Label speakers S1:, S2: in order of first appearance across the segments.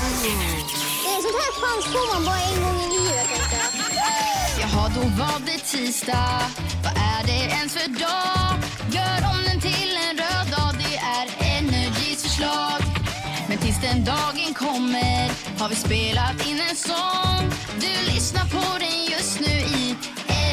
S1: Det är sånt här chans får man bara en gång i livet. tänkte jag.
S2: Jaha, då var det tisdag. Vad är det ens för dag? Gör om den till en röd dag. Det är Energys förslag. Men tills den dagen kommer har vi spelat in en sång. Du lyssnar på den just nu i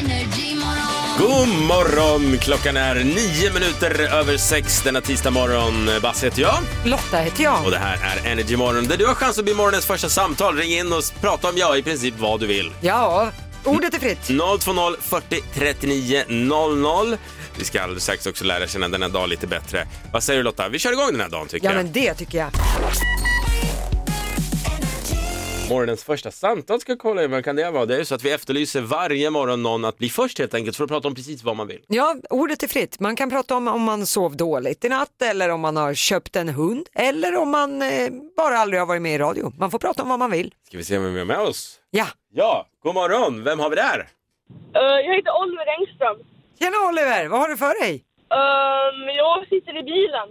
S2: Energy Morgon.
S3: God morgon! Klockan är nio minuter över sex denna tisdag morgon. Basse heter jag
S4: Lotta heter jag.
S3: och det här är Energy Morgon där du har chans att bli morgonens första samtal. Ring in och prata om ja, i princip vad du vill.
S4: Ja, ordet är
S3: Mm.
S4: fritt.
S3: 020 40 39 00. Vi ska alldeles strax också lära känna denna dag lite bättre. Vad säger du Lotta? Vi kör igång den här dagen tycker
S4: Ja,
S3: jag.
S4: men det tycker jag.
S3: Morgonens första samtal ska jag kolla in. Vad kan det vara? Det är ju så att vi efterlyser varje morgon någon att bli först helt enkelt för att prata om precis vad man vill.
S4: Ja, ordet är fritt. Man kan prata om om man sov dåligt i natt eller om man har köpt en hund eller om man eh, bara aldrig har varit med i radio. Man får prata om vad man vill.
S3: Ska vi se vem vi har med oss?
S4: Ja,
S3: Ja, god morgon! Vem har vi där?
S5: Eh, jag heter Oliver Engström.
S4: tjena Oliver, vad har du för dig?
S5: Ehm, jag sitter i bilen.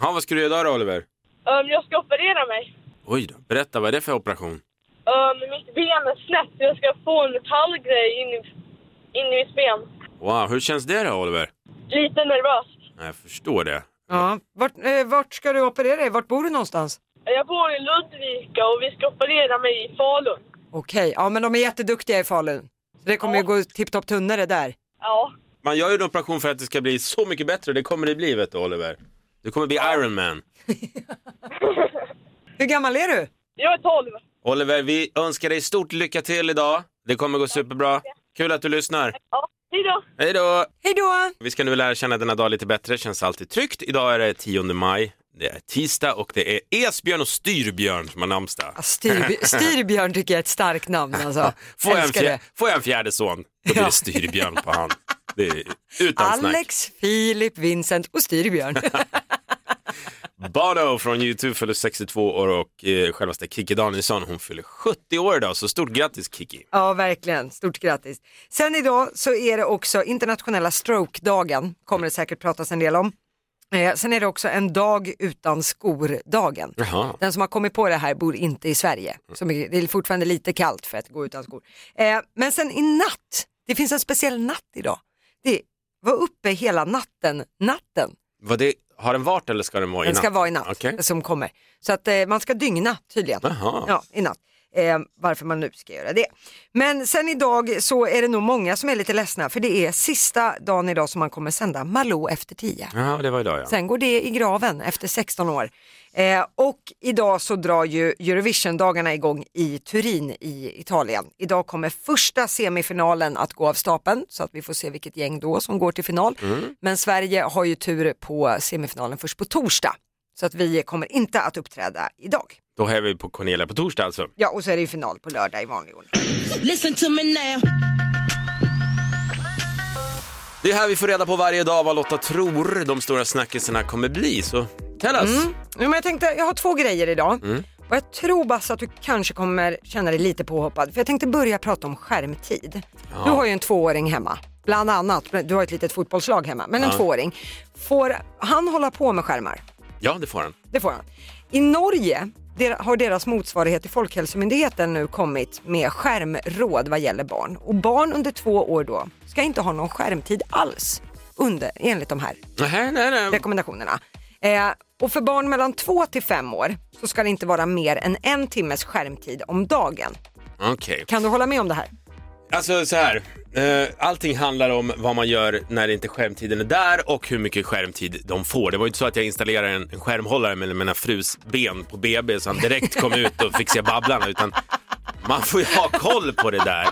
S3: Ja, vad ska du göra idag då Oliver?
S5: Ehm, jag ska operera mig.
S3: Oj då, berätta vad är det för operation?
S5: Ehm, mitt ben är snett. Jag ska få en metallgrej in i, in i mitt ben.
S3: Wow, hur känns det då Oliver?
S5: Lite nervöst.
S3: Ja, Jag förstår det.
S4: Ja, vart, eh, vart ska du operera dig? Vart bor du någonstans?
S5: Jag bor i Ludvika och vi ska operera mig i Falun.
S4: Okej, ja men de är jätteduktiga i Falun. Så det kommer ju gå tipptopp tunnare där.
S5: Ja,
S3: Man gör ju en operation för att det ska bli så mycket bättre och det kommer det bli vet du Oliver. Du kommer bli Iron Man.
S4: Hur gammal är du?
S5: jag är 12.
S3: Oliver, vi önskar dig stort lycka till idag. Det kommer gå superbra. Kul att du lyssnar.
S5: Ja, hej då.
S3: Hej då!
S4: Hej då!
S3: Vi ska nu lära känna denna dag lite bättre. Känns alltid tryggt. Idag är det 10 maj. Det är tisdag och det är Esbjörn och Styrbjörn som har namnsdag.
S4: Ja, Styrb- Styrbjörn tycker jag är ett starkt namn alltså.
S3: Får jag, en
S4: Älskar
S3: fjär,
S4: det.
S3: får jag en fjärde son, då blir
S4: Ja.
S3: det Styrbjörn på han. Det är utan snack.
S4: Alex, Filip, Vincent och Styrbjörn.
S3: Bono från YouTube fyller 62 år och eh, självaste Kikki Danielsson hon fyller 70 år idag, så stort grattis Kikki.
S4: ja, verkligen. Stort grattis. Sen idag så är det också internationella stroke-dagen. Kommer det säkert pratas en del om. Eh, sen är det också en dag utan skor-dagen.
S3: Jaha.
S4: Den som har kommit på det här bor inte i Sverige. Så mycket, det är fortfarande lite kallt för att gå utan skor. Eh, men sen i natt, det finns en speciell natt idag. Det är, var uppe hela natten, natten.
S3: Vad det, har den varit eller ska den vara i
S4: Den ska vara i natt
S3: Okej.
S4: som kommer. Så att eh, man ska dygna tydligen.
S3: Jaha.
S4: Ja, i natt. Eh, varför man nu ska göra det. Men sen idag så är det nog många som är lite ledsna för det är sista dagen idag som man kommer sända Malou efter tio.
S3: Ja, det var idag ja.
S4: Sen går det i graven efter 16 år. Eh, och idag så drar ju Eurovision-dagarna igång i Turin i Italien. Idag kommer första semifinalen att gå av stapeln så att vi får se vilket gäng då som går till final. Men Sverige har ju tur på semifinalen först på torsdag. Så att vi kommer inte att uppträda idag.
S3: Då är vi på Cornelia på torsdag alltså.
S4: Ja, och så är det ju final på lördag i vanlig ordning.
S6: Listen to me now.
S3: Det är här vi får reda på varje dag vad Lotta tror de stora snackisarna kommer bli, så tell us.
S4: Ja, men jag tänkte, jag har två grejer idag. Och jag tror Basse att du kanske kommer känna dig lite påhoppad. För jag tänkte börja prata om skärmtid. Du har ju en tvååring hemma. Bland annat, du har ett litet fotbollslag hemma, men en tvååring. Får han hålla på med skärmar?
S3: Ja, det får han.
S4: Det får han. I Norge der- har deras motsvarighet till Folkhälsomyndigheten nu kommit med skärmråd vad gäller barn. Och barn under två år då ska inte ha någon skärmtid alls under, enligt de här
S3: Nej, nej, nej.
S4: rekommendationerna. Eh, och för barn mellan 2 till 5 år så ska det inte vara mer än en timmes skärmtid om dagen.
S3: Okej.
S4: Kan du hålla med om det här?
S3: Alltså så här, eh, allting handlar om vad man gör när inte skärmtiden är där och hur mycket skärmtid de får. Det var ju inte så att jag installerade en, en skärmhållare med mina frus ben på BB så han direkt kom ut och fick se Babblarna utan man får ju ha koll på det där.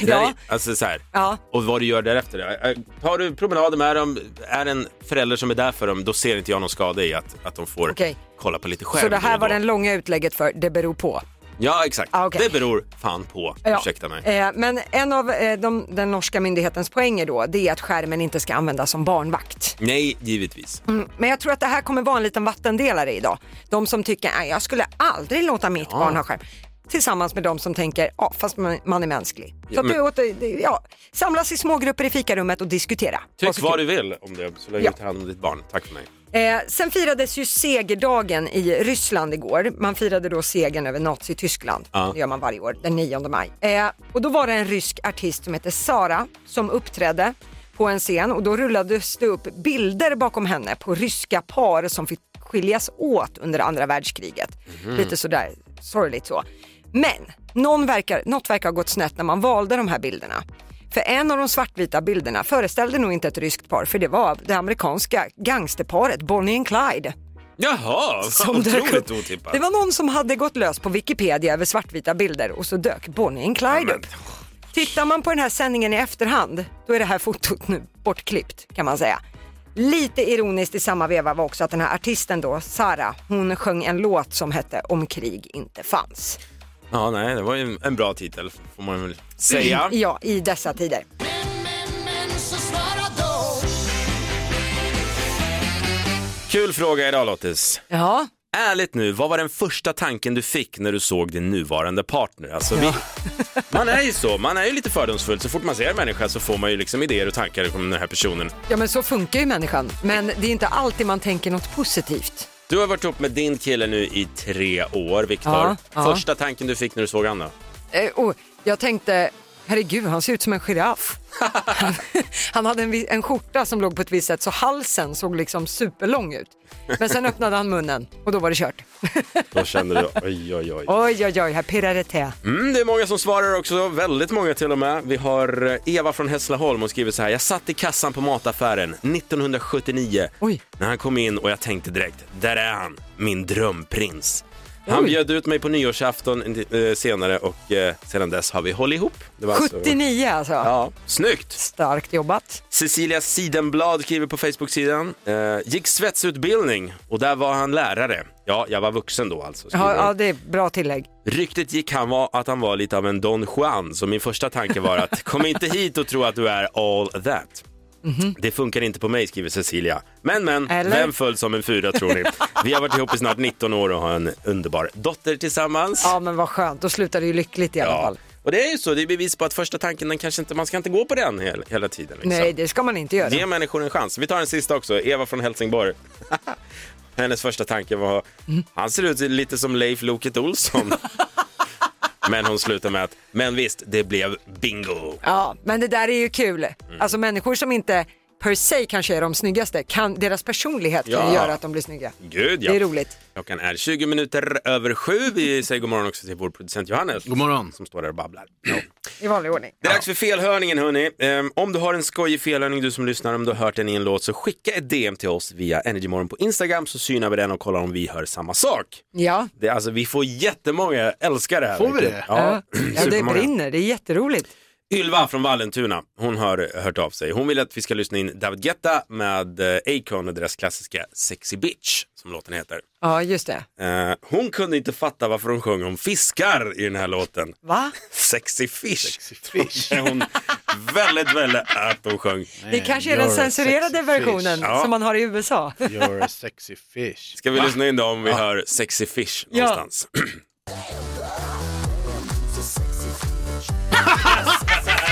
S3: Det där
S4: Ja.
S3: är- Alltså så här.
S4: Ja.
S3: Och vad du gör därefter. Eh, Tar du promenader med dem, är det en förälder som är där för dem, då ser inte jag någon skada i att, att de får
S4: Okej.
S3: kolla på lite skärm.
S4: så det
S3: då
S4: här
S3: och
S4: var
S3: då.
S4: det långa utlägget för det beror på.
S3: Ja, exakt.
S4: Ah, okej.
S3: Det beror fan på. Ursäkta mig.
S4: Eh, men en av eh, de, den norska myndighetens poänger då, det är att skärmen inte ska användas som barnvakt. Mm.
S3: Nej, givetvis.
S4: Men jag tror att det här kommer vara en liten vattendelare idag. De som tycker att jag skulle aldrig låta mitt barn ha skärm. Tillsammans med de som tänker, ja fast man, man är mänsklig. Så att
S3: men-
S4: du åter, det- ja, samlas i smågrupper i fikarummet och diskutera.
S3: Tyck
S4: så
S3: vad
S4: kul.
S3: du vill om det, så länge
S4: Ja.
S3: du tar hand om ditt barn. Tack för mig.
S4: Eh, sen firades ju segerdagen i Ryssland igår. Man firade då segern över Nazityskland.
S3: Ja.
S4: Det gör man varje år, den 9 maj. Eh, och då var det en rysk artist som hette Sara som uppträdde på en scen och då rullades det upp bilder bakom henne på ryska par som fick skiljas åt under andra världskriget. Lite sådär sorgligt så. Men någon verkar, något verkar ha gått snett när man valde de här bilderna. För en av de svartvita bilderna föreställde nog inte ett ryskt par för det var det amerikanska gangsterparet Bonnie and Clyde.
S3: Jaha,
S4: som
S3: fan, otroligt
S4: dök upp.
S3: otippat.
S4: Det var någon som hade gått lös på Wikipedia över svartvita bilder och så dök Bonnie and Clyde upp. Tittar man på den här sändningen i efterhand, då är det här fotot nu bortklippt kan man säga. Lite ironiskt i samma veva var också att den här artisten då, Sara, hon sjöng en låt som hette Om krig inte fanns.
S3: Ja, nej, det var ju en bra titel får man väl säga.
S4: Ja, i dessa tider.
S3: Kul fråga idag Lottis.
S4: Ja,
S3: Ärligt nu, vad var den första tanken du fick när du såg din nuvarande partner? Alltså, vi, man är ju så, man är ju lite fördomsfull. Så fort man ser en människa så får man ju liksom idéer och tankar om den här personen.
S4: Ja men så funkar ju människan. Men det är inte alltid man tänker något positivt.
S3: Du har varit ihop med din kille nu i tre år, Viktor.
S4: Ja, ja.
S3: Första tanken du fick när du såg Anna?
S4: Eh, och jag tänkte, herregud han ser ut som en giraff. han, han hade en, vi- en skjorta som låg på ett visst sätt så halsen såg liksom superlång ut. Men sen öppnade han munnen och då var det kört.
S3: Då kände du, oj, oj, oj.
S4: oj oj oj, här pirrar det till.
S3: Mm, det är många som svarar också, väldigt många till och med. Vi har eh, Eva från Hässleholm, hon skriver så här. Jag satt i kassan på mataffären 1979
S4: Oj.
S3: när han kom in och jag tänkte direkt, där är han, min drömprins. Han bjöd ut mig på nyårsafton eh, senare och eh, sedan dess har vi hållit ihop. Det var alltså-
S4: 79 alltså.
S3: Ja, snyggt!
S4: Starkt jobbat.
S3: Cecilia Sidenblad skriver på Facebook-sidan. Eh, gick svetsutbildning och där var han lärare. Ja, jag var vuxen då alltså. skriver
S4: Ja,
S3: hon.
S4: ja det är bra tillägg.
S3: Ryktet gick han var att han var lite av en Don Juan, så min första tanke var att kom inte hit och tro att du är all that. Det funkar inte på mig, skriver Cecilia. Men, men,
S4: Mhm. Eller?
S3: vem föll som en fyra tror ni? Vi har varit ihop i snart 19 år och har en underbar dotter tillsammans.
S4: Ja men vad skönt, då slutar det ju lyckligt i alla fall.
S3: Och det är ju så, det är bevis på att första tanken, den kanske inte, man ska inte gå på den hela, hela tiden. Liksom.
S4: Nej det ska man inte göra.
S3: Ge människor en chans. Vi tar en sista också. Eva från Helsingborg. Hennes första tanke var, han ser ut lite som Leif Loket Olsson. Men hon slutar med att, men visst, det blev bingo.
S4: Ja, men det där är ju kul.
S3: Mm.
S4: Alltså människor som inte per se kanske är de snyggaste, kan, deras personlighet kan
S3: Ja.
S4: ju göra att de blir snygga.
S3: Gud ja.
S4: Det är roligt.
S3: Klockan är 20 minuter över sju. Vi säger god morgon också till vår producent Johannes.
S7: God morgon.
S3: Som står där och babblar.
S4: I vanlig ordning.
S3: Det är dags för felhörningen hörni. Ehm, om du har en skojig felhörning du som lyssnar, om du har hört den i en låt så skicka ett DM till oss via Energymorgon på Instagram så synar vi den och kollar om vi hör samma sak.
S4: Ja,
S3: Det, alltså, vi får jättemånga, jag älskar det här.
S7: Får vi
S3: verkligen.
S7: det?
S3: Ja,
S4: ja det
S3: supermånga.
S4: brinner, det är jätteroligt.
S3: Ylva från Vallentuna, hon har eh, hört av sig. Hon vill att vi ska lyssna in David Guetta med eh, Akon och deras klassiska Sexy Bitch, som låten heter.
S4: Ja, just det.
S3: Eh, hon kunde inte fatta varför hon sjöng om fiskar i den här låten.
S4: Va?
S3: Sexy Fish. Är hon väldigt, väldigt att hon sjöng.
S4: Det kanske är den
S7: you're a
S4: censurerade
S7: sexy
S4: versionen
S3: Ja.
S4: som man har i USA.
S7: You're a sexy fish.
S3: Ska vi lyssna in då om vi hör Sexy Fish
S4: Ja.
S3: någonstans?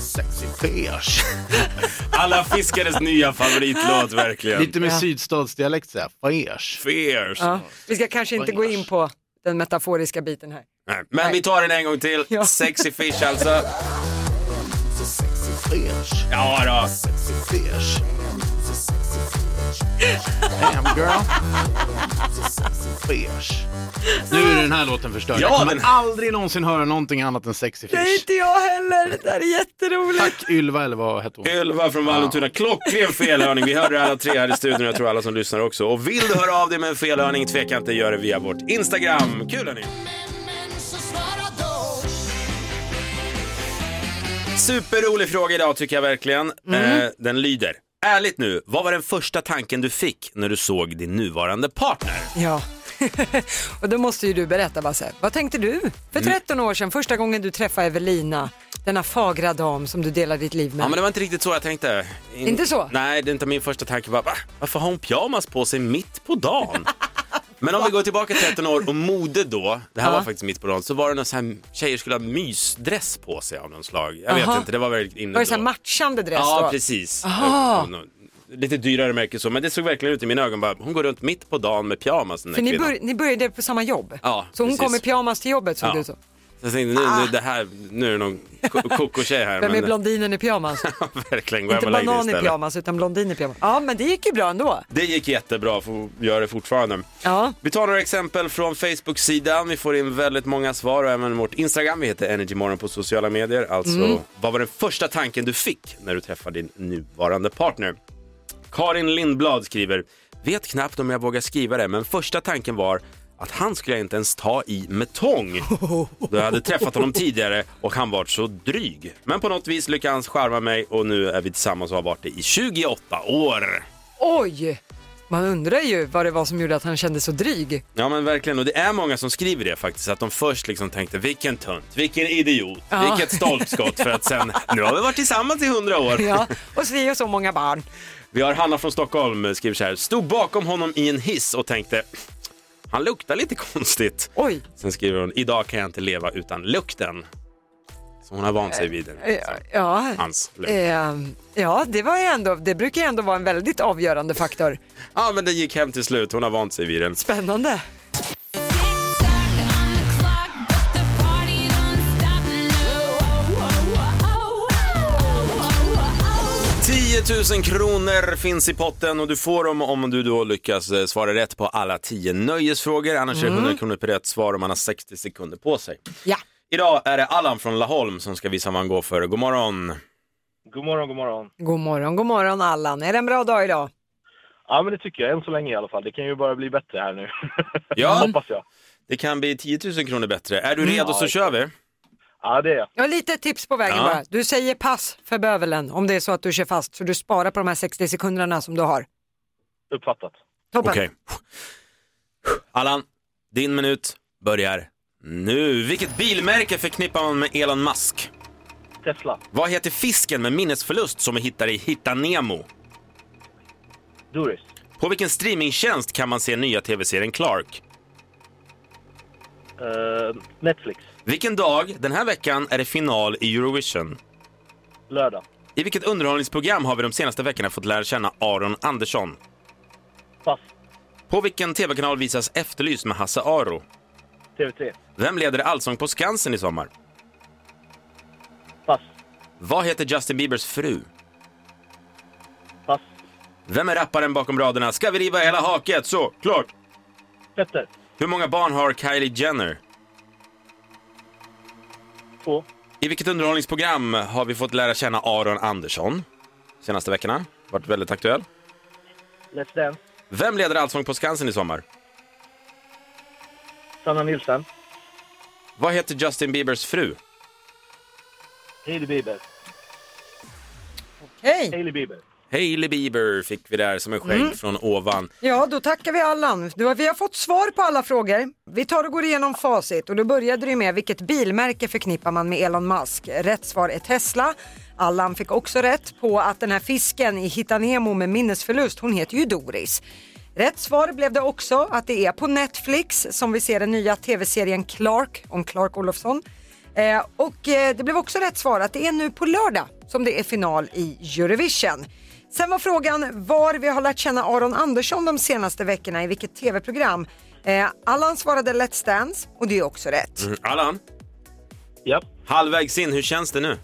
S7: Sexy fish.
S3: Alla fiskares nya favoritlåt verkligen.
S7: Lite med sydstatsdialekt såhär, fish.
S3: Fierce.
S4: Ja. Vi ska kanske inte gå in på den metaforiska biten här.
S3: Nej, Men vi tar den en gång till.
S4: Ja.
S3: Sexy Fish alltså.
S7: Fish.
S3: Ja då.
S7: Sexy fish. Damn girl. Fish. Nu är den här låten förstörd.
S3: Ja,
S7: Jag kommer
S3: den-
S7: aldrig någonsin höra någonting annat än sexy
S4: Nej,
S7: fish.
S4: inte jag heller. Det där är jätteroligt.
S7: Tack Ylva eller vad hette hon?
S3: Ylva från Vallentuna, klockren felhörning. Vi hörde alla tre här i studion och jag tror alla som lyssnar också. Och vill du höra av dig med en felhörning, tveka inte, gör det via vårt Instagram. Kul hörni! Superrolig fråga idag tycker jag verkligen. Eh, den lyder. Ärligt nu, vad var den första tanken du fick när du såg din nuvarande partner?
S4: Ja. Och då måste ju du berätta Basse, vad tänkte du för
S3: Mm.
S4: 13 år sedan första gången du träffade Evelina, denna fagra dam som du delar ditt liv med?
S3: Ja men det var inte riktigt så jag tänkte. In-
S4: Inte så?
S3: Nej, det är inte min första tanke. Bara, va? Varför har hon pyjamas på sig mitt på dagen? Men om vi går tillbaka 13 år och mode då, det här var faktiskt mitt på dagen, så var det någon så här tjejer skulle ha mysdress på sig av någon slag. Jag vet
S4: Aha.
S3: inte, det var väldigt inne
S4: Var det
S3: då.
S4: så här matchande dress
S3: Ja,
S4: då?
S3: precis.
S4: Aha.
S3: Lite dyrare märke så, men det såg verkligen ut i mina ögon bara, hon går runt mitt på dagen med pyjamas den
S4: För
S3: där
S4: ni,
S3: kvinnan.
S4: bör, ni började på samma jobb?
S3: Ja,
S4: så hon
S3: precis.
S4: kom i pyjamas till jobbet såg
S3: Ja.
S4: det ut som.
S3: Så jag tänkte nu, nu, det här, nu är det någon ko- koko-tjej här.
S4: Ah. Vem är
S3: men-
S4: blondinen i pyjamas?
S3: Verkligen, gå hem
S4: Inte
S3: och lägg dig
S4: banan i
S3: istället.
S4: pyjamas utan blondin i pyjamas. Ja men det gick ju bra ändå.
S3: Det gick jättebra, för vi gör det fortfarande.
S4: Ja.
S3: Vi tar några exempel från Facebook-sidan. Vi får in väldigt många svar och även vårt Instagram. Vi heter Energymorgon på sociala medier. Alltså, vad var den första tanken du fick när du träffade din nuvarande partner? Karin Lindblad skriver, vet knappt om jag vågar skriva det, men första tanken var att han skulle jag inte ens ta i med tång. Då jag hade träffat honom tidigare och han var så dryg. Men på något vis lyckades han charma mig och nu är vi tillsammans och har varit det i 28 år.
S4: Oj! Man undrar ju vad det var som gjorde att han kände så dryg.
S3: Ja men verkligen, och det är många som skriver det faktiskt, att de först liksom tänkte vilken tunt, vilken idiot,
S4: Ja.
S3: vilket stolpskott för att sen, nu har vi varit tillsammans i hundra år.
S4: Ja, och så vi har så många barn.
S3: Vi har Hanna från Stockholm, eh, skriver så här, stod bakom honom i en hiss och tänkte, han luktar lite konstigt.
S4: Oj,
S3: Sen skriver hon, idag kan jag inte leva utan lukten. Så hon har vant sig vid den.
S4: eh, ja.
S3: Hans lukt.
S4: Eh, ja, det, var ju ändå, det brukar ju ändå vara en väldigt avgörande faktor.
S3: Ja men den gick hem till slut, hon har vant sig vid den.
S4: Spännande.
S2: Whoa,
S3: 10 000 kronor finns i potten och du får dem om du då lyckas eh, svara rätt på alla 10 nöjesfrågor. Annars är det 100 kronor per rätt svar och man har 60 sekunder på sig.
S4: Ja.
S3: Idag är det Allan från Laholm som ska visa vad han går för. God morgon!
S8: God morgon, god morgon.
S4: God morgon, god morgon Allan. Är det en bra dag idag?
S8: Ja, men det tycker jag än så länge i alla fall. Det kan ju bara bli bättre här nu.
S3: Ja,
S8: Hoppas jag.
S3: det kan bli 10 000 kronor bättre. Är du redo så
S8: Ja,
S3: kör vi!
S8: Ja, det är jag.
S4: Jag har lite tips på vägen
S3: Ja.
S4: bara. Du säger pass för bövelen om det är så att du kör fast så du sparar på de här 60 sekunderna som du har.
S8: Uppfattat.
S4: Toppen.
S3: Okej. Allan, din minut börjar nu. Vilket bilmärke förknippar man med Elon Musk?
S8: Tesla.
S3: Vad heter fisken med minnesförlust som vi hittar i Hitta Nemo?
S8: Doris.
S3: På vilken streamingtjänst kan man se nya tv-serien Clark?
S8: Eh, Netflix.
S3: Vilken dag den här veckan är det final i Eurovision?
S8: Lördag.
S3: I vilket underhållningsprogram har vi de senaste veckorna fått lära känna Aron Andersson?
S8: Pass.
S3: På vilken tv-kanal visas Efterlyst med Hasse Aro?
S8: TV3.
S3: Vem leder Allsång på Skansen i sommar?
S8: Pass.
S3: Vad heter Justin Biebers fru?
S8: Pass.
S3: Vem är rapparen bakom raderna “Ska vi riva hela haket?” Så, klart!
S8: Petter.
S3: Hur många barn har Kylie Jenner?
S8: Två.
S3: I vilket underhållningsprogram har vi fått lära känna Aron Andersson? Senaste veckorna. Varit väldigt aktuell.
S8: Let's Dance.
S3: Vem leder Allsång på Skansen i sommar?
S8: Sanna Nilsson.
S3: Vad heter Justin Biebers fru?
S8: Hailey Bieber.
S4: Hej!
S8: Hailey Bieber.
S3: Hailey Bieber fick vi där som en skänk
S4: Mm.
S3: från ovan.
S4: Ja, då tackar vi Allan. Du har- Vi har fått svar på alla frågor. Vi tar och går igenom facit och då började du med vilket bilmärke förknippar man med Elon Musk? Rätt svar är Tesla. Allan fick också rätt på att den här fisken i Hitta Nemo med minnesförlust, hon heter ju Doris. Rätt svar blev det också att det är på Netflix som vi ser den nya tv-serien Clark om Clark Olofsson. Eh, och eh, det blev också rätt svar att det är nu på lördag som det är final i Eurovision. Sen var frågan var vi har lärt känna Aron Andersson de senaste veckorna, i vilket tv-program. Eh, Allan svarade Let's Dance och det är också rätt.
S3: Mm. Allan,
S8: Ja.
S3: halvvägs in, hur känns det nu?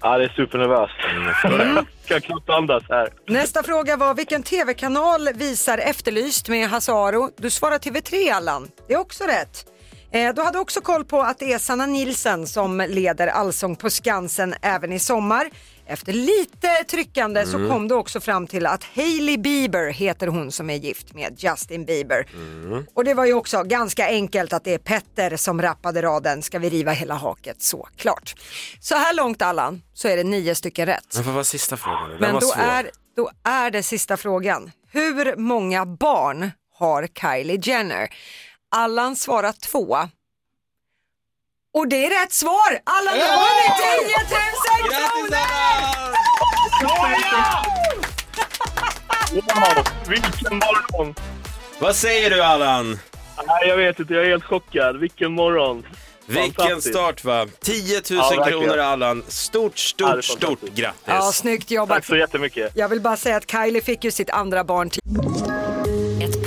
S8: Ja, det är supernervöst. Ska jag knappt andas här.
S4: Nästa fråga var vilken tv-kanal visar Efterlyst med Hasse Aro? Du svarar TV3 Allan, det är också rätt. Eh, du hade också koll på att det är Sanna Nilsen som leder Allsång på Skansen även i sommar. Efter lite tryckande så kom du också fram till att Hailey Bieber heter hon som är gift med Justin Bieber. Och det var ju också ganska enkelt att det är Petter som rappade raden “Ska vi riva hela haket?” såklart. Så här långt Allan så är det nio stycken rätt.
S3: Men vad var sista frågan? Den
S4: Men
S3: var
S4: då
S3: svår.
S4: är, då är det sista frågan. Hur många barn har Kylie Jenner? Allan svarar två. Och det är rätt svar! Allan, du har vunnit 10 000 kronor!
S8: Wow! Vilken morgon!
S3: Vad säger du Allan?
S8: Nej, jag vet inte. Jag är helt chockad. Vilken morgon.
S3: Vilken
S8: Fantastiskt.
S3: start va? 10 000
S8: Ja, verkligen.
S3: kronor Allan. Stort, stort,
S8: Ja, det är
S3: stort
S8: fantastiskt.
S3: grattis.
S4: Ja, snyggt
S8: Tack
S4: jobbat.
S8: så jättemycket.
S4: Jag vill bara säga att Kylie fick ju sitt andra barn
S9: Ett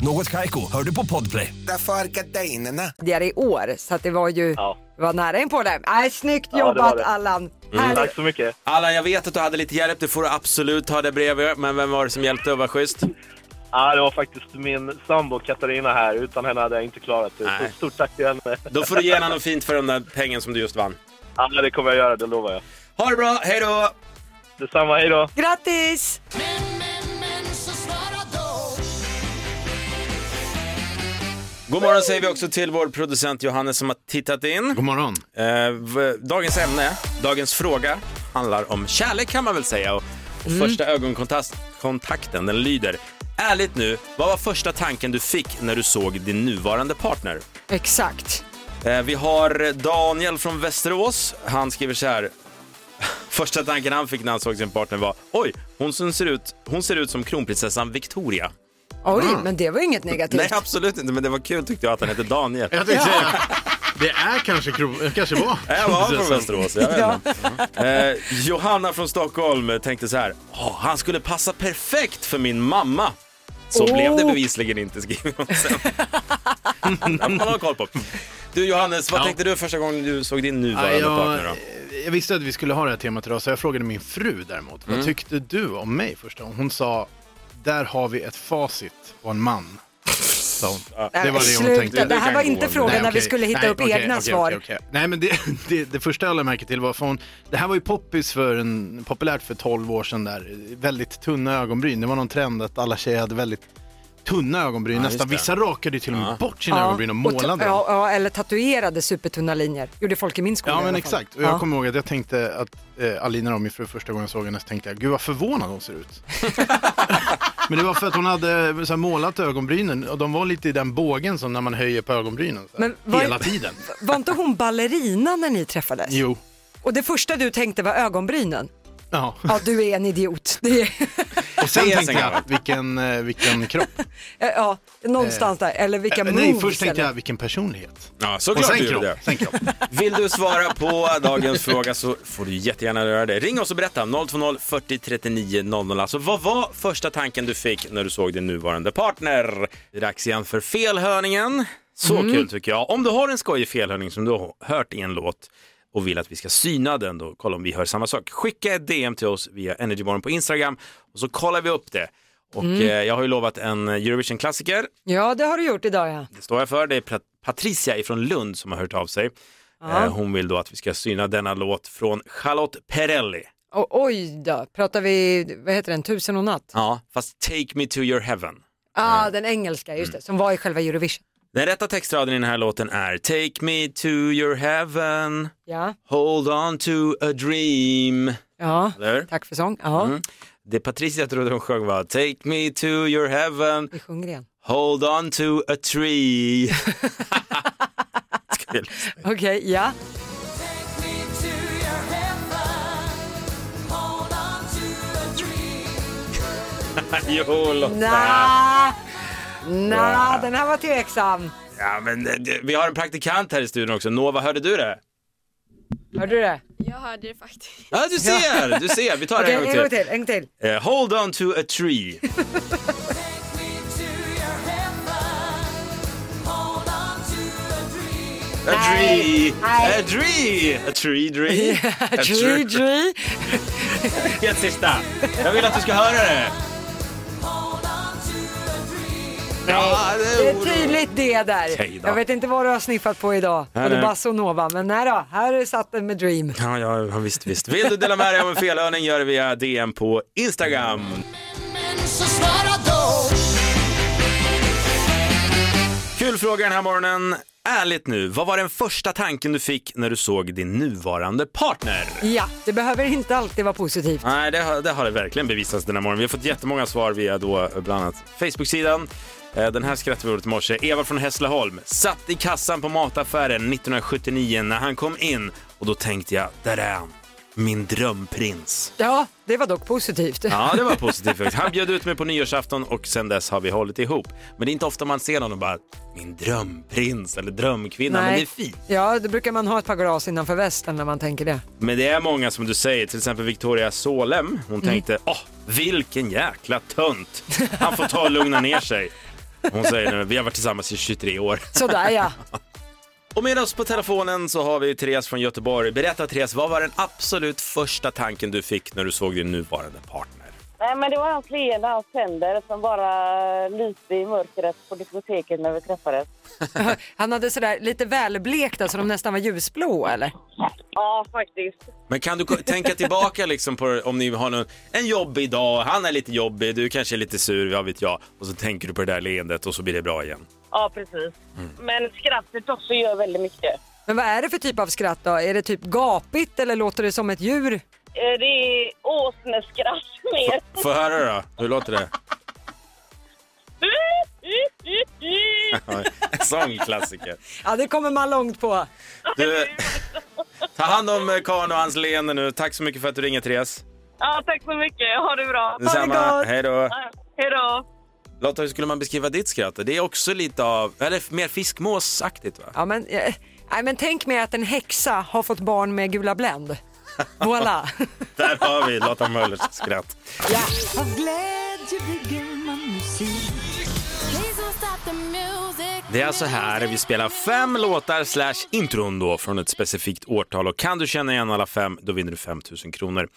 S10: Något Kaiko, hör du på Podplay.
S11: Därför är gardinerna.
S4: tidigare i år så att det var ju
S8: Ja.
S4: det var nära in på det. Nej, snyggt
S8: det var
S4: jobbat
S8: det. Mm,
S4: Allan.
S8: Tack
S4: Härligt.
S8: så mycket.
S3: Allan, jag vet att du hade lite hjälp. Du får absolut ta det bredvid. Men vem var det som hjälpte och var schysst?
S8: Ja, det var faktiskt min sambo Katarina här. Utan henne hade jag inte klarat det.
S3: Nej.
S8: Så stort tack till henne.
S3: Då får du ge henne något fint för de där pengarna som du just vann.
S8: Ja, det kommer jag göra, det lovar jag.
S3: Ha det bra, hej då!
S8: Detsamma, hej då.
S4: Grattis!
S2: Men, men, men, så svara då.
S3: God morgon säger vi också till vår producent Johannes som har tittat in.
S7: God morgon.
S3: Eh, v- dagens ämne, dagens fråga, handlar om kärlek kan man väl säga. Och, och Första ögonkontakten, den lyder. Ärligt nu, vad var första tanken du fick när du såg din nuvarande partner?
S4: Exakt.
S3: Eh, Vi har Daniel från Västerås. Han skriver så här. Första tanken han fick när han såg sin partner var oj, hon som ser ut, hon ser ut som kronprinsessan Victoria.
S4: Oj,
S7: Mm.
S4: men det var ju inget negativt.
S3: Nej, absolut inte, men det var kul tyckte jag att han hette Daniel.
S7: Jag tänkte säga, det är kanske kro- kanske var.
S3: Jag var från Västerås, jag vet inte. Eh, Johanna från Stockholm tänkte så här, "Åh, han skulle passa perfekt för min mamma. Så blev det bevisligen inte, skriver hon sen. Man har koll på. Du Johannes, vad
S7: Ja.
S3: tänkte du första gången du såg din
S7: Ja,
S3: nuvarande partner? Då?
S7: jag, jag visste att vi skulle ha det här temat idag, så jag frågade min fru däremot.
S3: Mm.
S7: Vad tyckte du om mig första gången? Hon sa, där har vi ett facit på en man. Sa hon.
S4: Nej,
S7: Det var det hon
S4: sluta.
S7: tänkte.
S4: Det här var
S3: gå
S4: inte
S3: nu.
S4: frågan
S7: Nej,
S4: när vi
S7: okej.
S4: skulle hitta
S7: Nej,
S4: upp
S7: okej,
S4: egna
S7: okej,
S4: svar.
S7: okej, okej. Nej, men det, det, det första jag lade märke till var från, det här var ju poppis för en, populärt för 12 år sedan där, väldigt tunna ögonbryn. Det var någon trend att alla tjejer hade väldigt tunna ögonbryn, nästan
S3: det.
S7: vissa rakade ju till och med bort sina ögonbryn och
S4: ta-
S7: målade dem.
S4: ja, ja, eller tatuerade supertunna linjer. Gjorde folk i min skola
S7: Ja
S4: i alla
S7: men
S4: fall.
S7: exakt, och jag
S4: Ja.
S7: kommer ihåg att jag tänkte att eh, Alina och min fru första gången jag såg henne så tänkte jag gud vad förvånad hon ser ut. men det var för att hon hade eh, så här, målat ögonbrynen och de var lite i den bågen som när man höjer på ögonbrynen. Så här,
S4: Men vad-
S7: Hela tiden.
S4: Var inte hon ballerina när ni träffades?
S7: Jo.
S4: Och det första du tänkte var ögonbrynen?
S7: Ja.
S4: Ja, du är en idiot. Det är,
S7: Och sen
S3: Det är
S7: tänkte
S3: sen
S7: jag
S3: gammalt.
S7: vilken, eh, vilken kropp.
S4: ja, någonstans där. Eller vilka
S7: Eh,
S4: moves.
S7: Nej först tänkte
S4: eller-
S7: jag vilken personlighet.
S3: Ja,
S7: Och
S3: såklart
S7: sen
S3: du gjorde
S7: kropp.
S3: det.
S7: Sen kropp.
S3: Vill du svara på dagens fråga så får du jättegärna göra det. Ring oss och berätta. 020 40 39 00. Alltså, vad var första tanken du fick när du såg din nuvarande partner? Det är dags igen för felhörningen. Så kul tycker jag. Om du har en skojig felhörning som du har hört i en låt och vill att vi ska syna den då, kolla om vi hör samma sak. Skicka ett DM till oss via Energybarn på Instagram och så kollar vi upp det. Och eh, jag har ju lovat en Eurovision-klassiker
S4: Ja, det har du gjort idag ja.
S3: det står jag för. Det är Pat- Patricia ifrån Lund som har hört av sig. Eh, Hon vill då att vi ska syna denna låt från Charlotte Perrelli.
S4: Och, oj då, pratar vi, vad heter den, Tusen och natt?
S3: Ja. Fast Take Me To Your Heaven.
S4: Ja, ah, den engelska, just
S7: Mm.
S4: det, som var i själva Eurovision.
S3: Den rätta textraden i den här låten är Take me to your heaven,
S4: Ja,
S3: hold on to a dream.
S4: ja.
S3: Eller hur?
S4: tack för sång. Ja,
S7: Mm.
S3: Det Patricia trodde hon sjöng var Take me to your heaven,
S4: vi sjunger igen.
S3: hold on to a tree. Kul.
S4: Okej, ja.
S3: jo, Lotta.
S4: Nja, nja, den här var tveksam.
S3: Ja, men, eh, det- vi har en praktikant här i studion också. Nova, hörde du det?
S4: Hörde du det?
S5: Jag hörde det faktiskt.
S3: Ja, du ser, du ser. Vi tar
S4: Okej,
S3: det
S4: en gång till, en gång till.
S3: Eh, hold on to a tree. A tree, a tree, a tree, tree, a
S4: Dri,
S3: tree.
S4: dri.
S3: Helt sista. Jag vill att du ska höra det. Ja,
S4: Det
S3: det
S4: är tydligt det
S3: Okej
S4: där.
S3: då.
S4: Jag vet inte vad du har sniffat på idag,
S3: Nej, nej.
S4: både Bass och Nova, men nej då, här satt den med Dream.
S3: Ja, ja, ja, visst, visst. Vill du dela med dig av en felhörning gör det via DM på Instagram.
S2: Men, så svara då.
S3: Kul fråga den här morgonen. ärligt nu, vad var den första tanken du fick när du såg din nuvarande partner?
S4: Ja, det behöver inte alltid vara positivt.
S3: Nej, det har, det har det verkligen bevisats den här morgonen. Vi har fått jättemånga svar via då eh, bland annat Facebook-sidan. Eh, Den här skrattade vi åt i morse. Eva från Hässleholm satt i kassan på mataffären 1979 när han kom in och då tänkte jag, där är han, min drömprins.
S4: Ja, det var dock positivt.
S3: Ja, det var positivt faktiskt. Han bjöd ut mig på nyårsafton och sen dess har vi hållit ihop. Men det är inte ofta man ser någon och bara, min drömprins eller drömkvinna, men det är fint.
S4: Ja, då brukar man ha ett par glas innanför västen när man tänker det.
S3: Men det är många som du säger, till exempel Victoria Solem. Hon tänkte, åh, vilken jäkla tönt. Han får ta och lugna ner sig. Hon säger nu, vi har varit tillsammans i 23 år.
S4: Sådär ja.
S3: Och med oss på telefonen så har vi Therese från Göteborg. Berätta Therese, vad var den absolut första tanken du fick när du såg din nuvarande partner?
S12: Nej, men det var hans leende, hans tänder som bara lyste i mörkret på diskoteket när vi träffades.
S4: Han hade sådär lite välblekta så de nästan var ljusblå eller?
S12: Ja, faktiskt.
S3: Men kan du ko- tänka tillbaka liksom på om ni har någon, en jobbig dag, han är lite jobbig, du kanske är lite sur, vad vet jag. Och så tänker du på det där leendet och så blir det bra igen.
S12: Ja, precis. Men skrattet också gör väldigt mycket.
S4: Men vad är det för typ av skratt då? Är det typ gapigt eller låter det som ett djur?
S12: Eh, Det är åsneskratt mer.
S3: Få höra då, hur låter det? En sån klassiker.
S4: Ja, det kommer man långt på.
S3: Du, ta hand om eh, Karn och hans leende nu. Tack så mycket för att du ringer, Therese.
S5: Ja, tack så mycket. Ha det bra.
S3: Detsamma. Ha det gott. Hej då.
S5: Ja, Hej då.
S3: Lotta, hur skulle man beskriva ditt skratt? Det är också lite av, eller mer fiskmåsaktigt va?
S4: Ja, men, eh, nej, men tänk mig att en häxa har fått barn med gula Blend. Voilà.
S3: Där har vi Lotta Möllers skratt.
S4: Ja.
S13: Av glädje bygger man musik.
S3: Det är alltså här vi spelar fem låtar slash intron då från ett specifikt årtal och kan du känna igen alla fem då vinner du 5 000 kronor.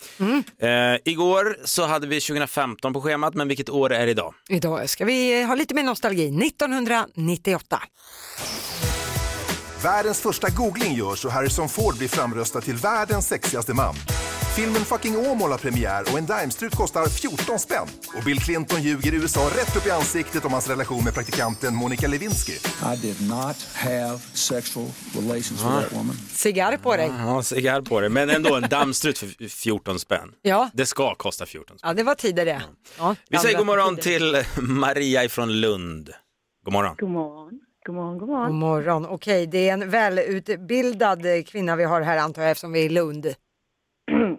S3: Eh, igår så hade vi 2015 på schemat men vilket år är det idag?
S4: Idag ska vi eh, ha lite mer nostalgi. 1998.
S14: Världens första googling görs och Harrison Ford blir framröstad till världens sexigaste man. Filmen Fucking Åmål har premiär och en Daimstrut kostar 14 spänn. Och Bill Clinton ljuger USA rätt upp i ansiktet om hans relation med praktikanten Monica Lewinsky.
S15: I did not have sexual relations with that woman.
S4: Cigarr på dig.
S3: Ja, cigarr på det. Men ändå en dammstrut för 14 spänn.
S4: Ja.
S3: Det ska kosta 14 spänn.
S4: Ja, det var tider det. Ja,
S3: Vi säger
S4: andra
S3: god morgon
S4: tider.
S3: till eh, Maria ifrån Lund. God morgon.
S4: God morgon. God morgon, god morgon. Okej, det är en välutbildad eh, kvinna vi har här antar jag eftersom vi är i Lund.
S12: Mm.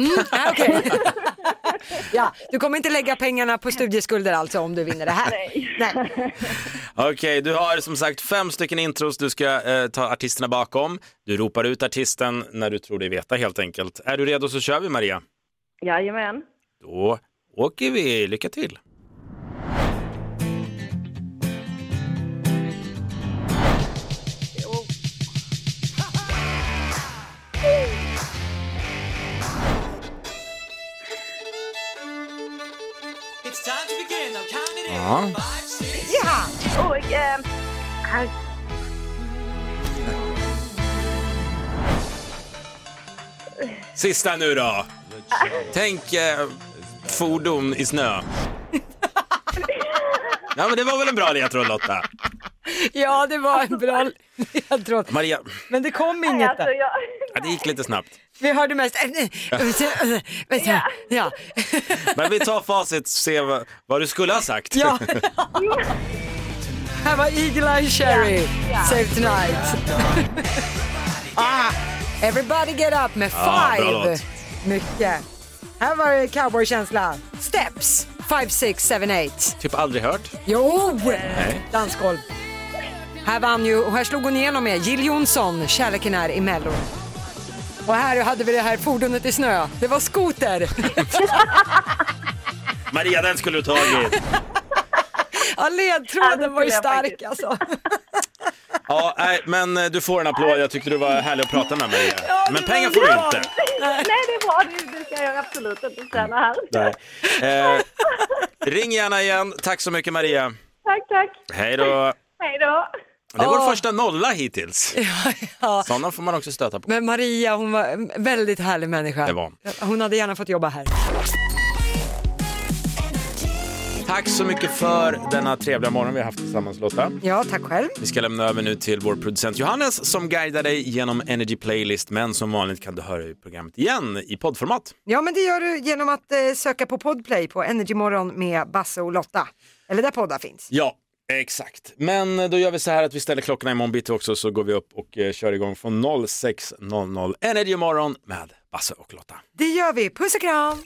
S4: Mm, ah, okej. ja, du kommer inte lägga pengarna på studieskulder alltså om du vinner det här. Nej.
S3: Okej, du har som sagt fem stycken intros. Du ska eh, ta artisterna bakom. Du ropar ut artisten när du tror dig veta helt enkelt. Är du redo så kör vi Maria.
S12: Jajamän.
S3: Då åker vi. Lycka till.
S13: It's time to begin, I'm counting
S3: Ja.
S13: Ja!
S12: Oj, ehm, aj.
S3: Sista nu då. Tänk eh, fordon i snö. Ja, men det var väl en bra ledtråd Lotta?
S4: Ja, det var en bra ledtråd.
S3: Maria,
S4: Men det kom inget
S5: alltså-
S4: där.
S3: ja, det gick lite snabbt.
S4: Vi hörde mest... Äh, Ja. Ja.
S3: Men vi tar facit och ser vad, vad du skulle ha sagt.
S4: Ja. Här var Eagle Eye Cherry, Save Tonight. ah, everybody Get Up med
S13: Ja,
S4: Five.
S13: bra låt.
S4: Mycket. Här var det cowboykänsla. Steps, Five, Six, Seven, Eight.
S3: Typ aldrig hört.
S4: Jo! Dansgolv. Här vann ju, och här slog hon igenom med Jill Johnson, Kärleken är i Mello. Och här hade vi det här fordonet i snö. Det var skoter.
S3: Maria, den skulle du tagit.
S4: ja, ledtråden var ju stark alltså.
S3: Ja, nej, men eh, du får en applåd. Jag tyckte du var härlig att prata med Maria. Men pengar får du
S12: bra.
S3: inte.
S12: Nej, det var det. Det ska jag absolut inte tjäna här.
S3: Nej. Eh, ring gärna igen. Tack så mycket Maria.
S12: Tack, tack.
S3: Hej då.
S12: Hej då.
S3: Det är vår
S4: Åh.
S3: första nolla hittills.
S4: Ja.
S3: Sådana får man också stöta på.
S4: Men Maria, hon var en väldigt härlig människa.
S3: Det var hon.
S4: Hon hade gärna fått jobba här.
S3: Tack så mycket för denna trevliga morgon vi har haft tillsammans Lotta.
S4: Ja, tack själv.
S3: Vi ska lämna över nu till vår producent Johannes som guidar dig genom Energy Playlist men som vanligt kan du höra programmet igen i poddformat.
S4: Ja, men det gör du genom att eh, söka på Podplay på Energymorgon med Basse och Lotta. Eller där poddar finns.
S3: Ja, exakt. Men eh, då gör vi så här att vi ställer klockan imorgon bitti också så går vi upp och eh, kör igång från 06.00 Energy morgon med Basse och Lotta.
S4: Det gör vi. Puss och kram!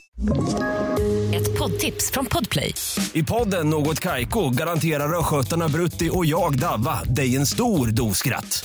S9: Ett poddtips från Podplay.
S10: I podden Något Kaiko garanterar östgötarna Brutti och jag, Davva, dig en stor dos skratt.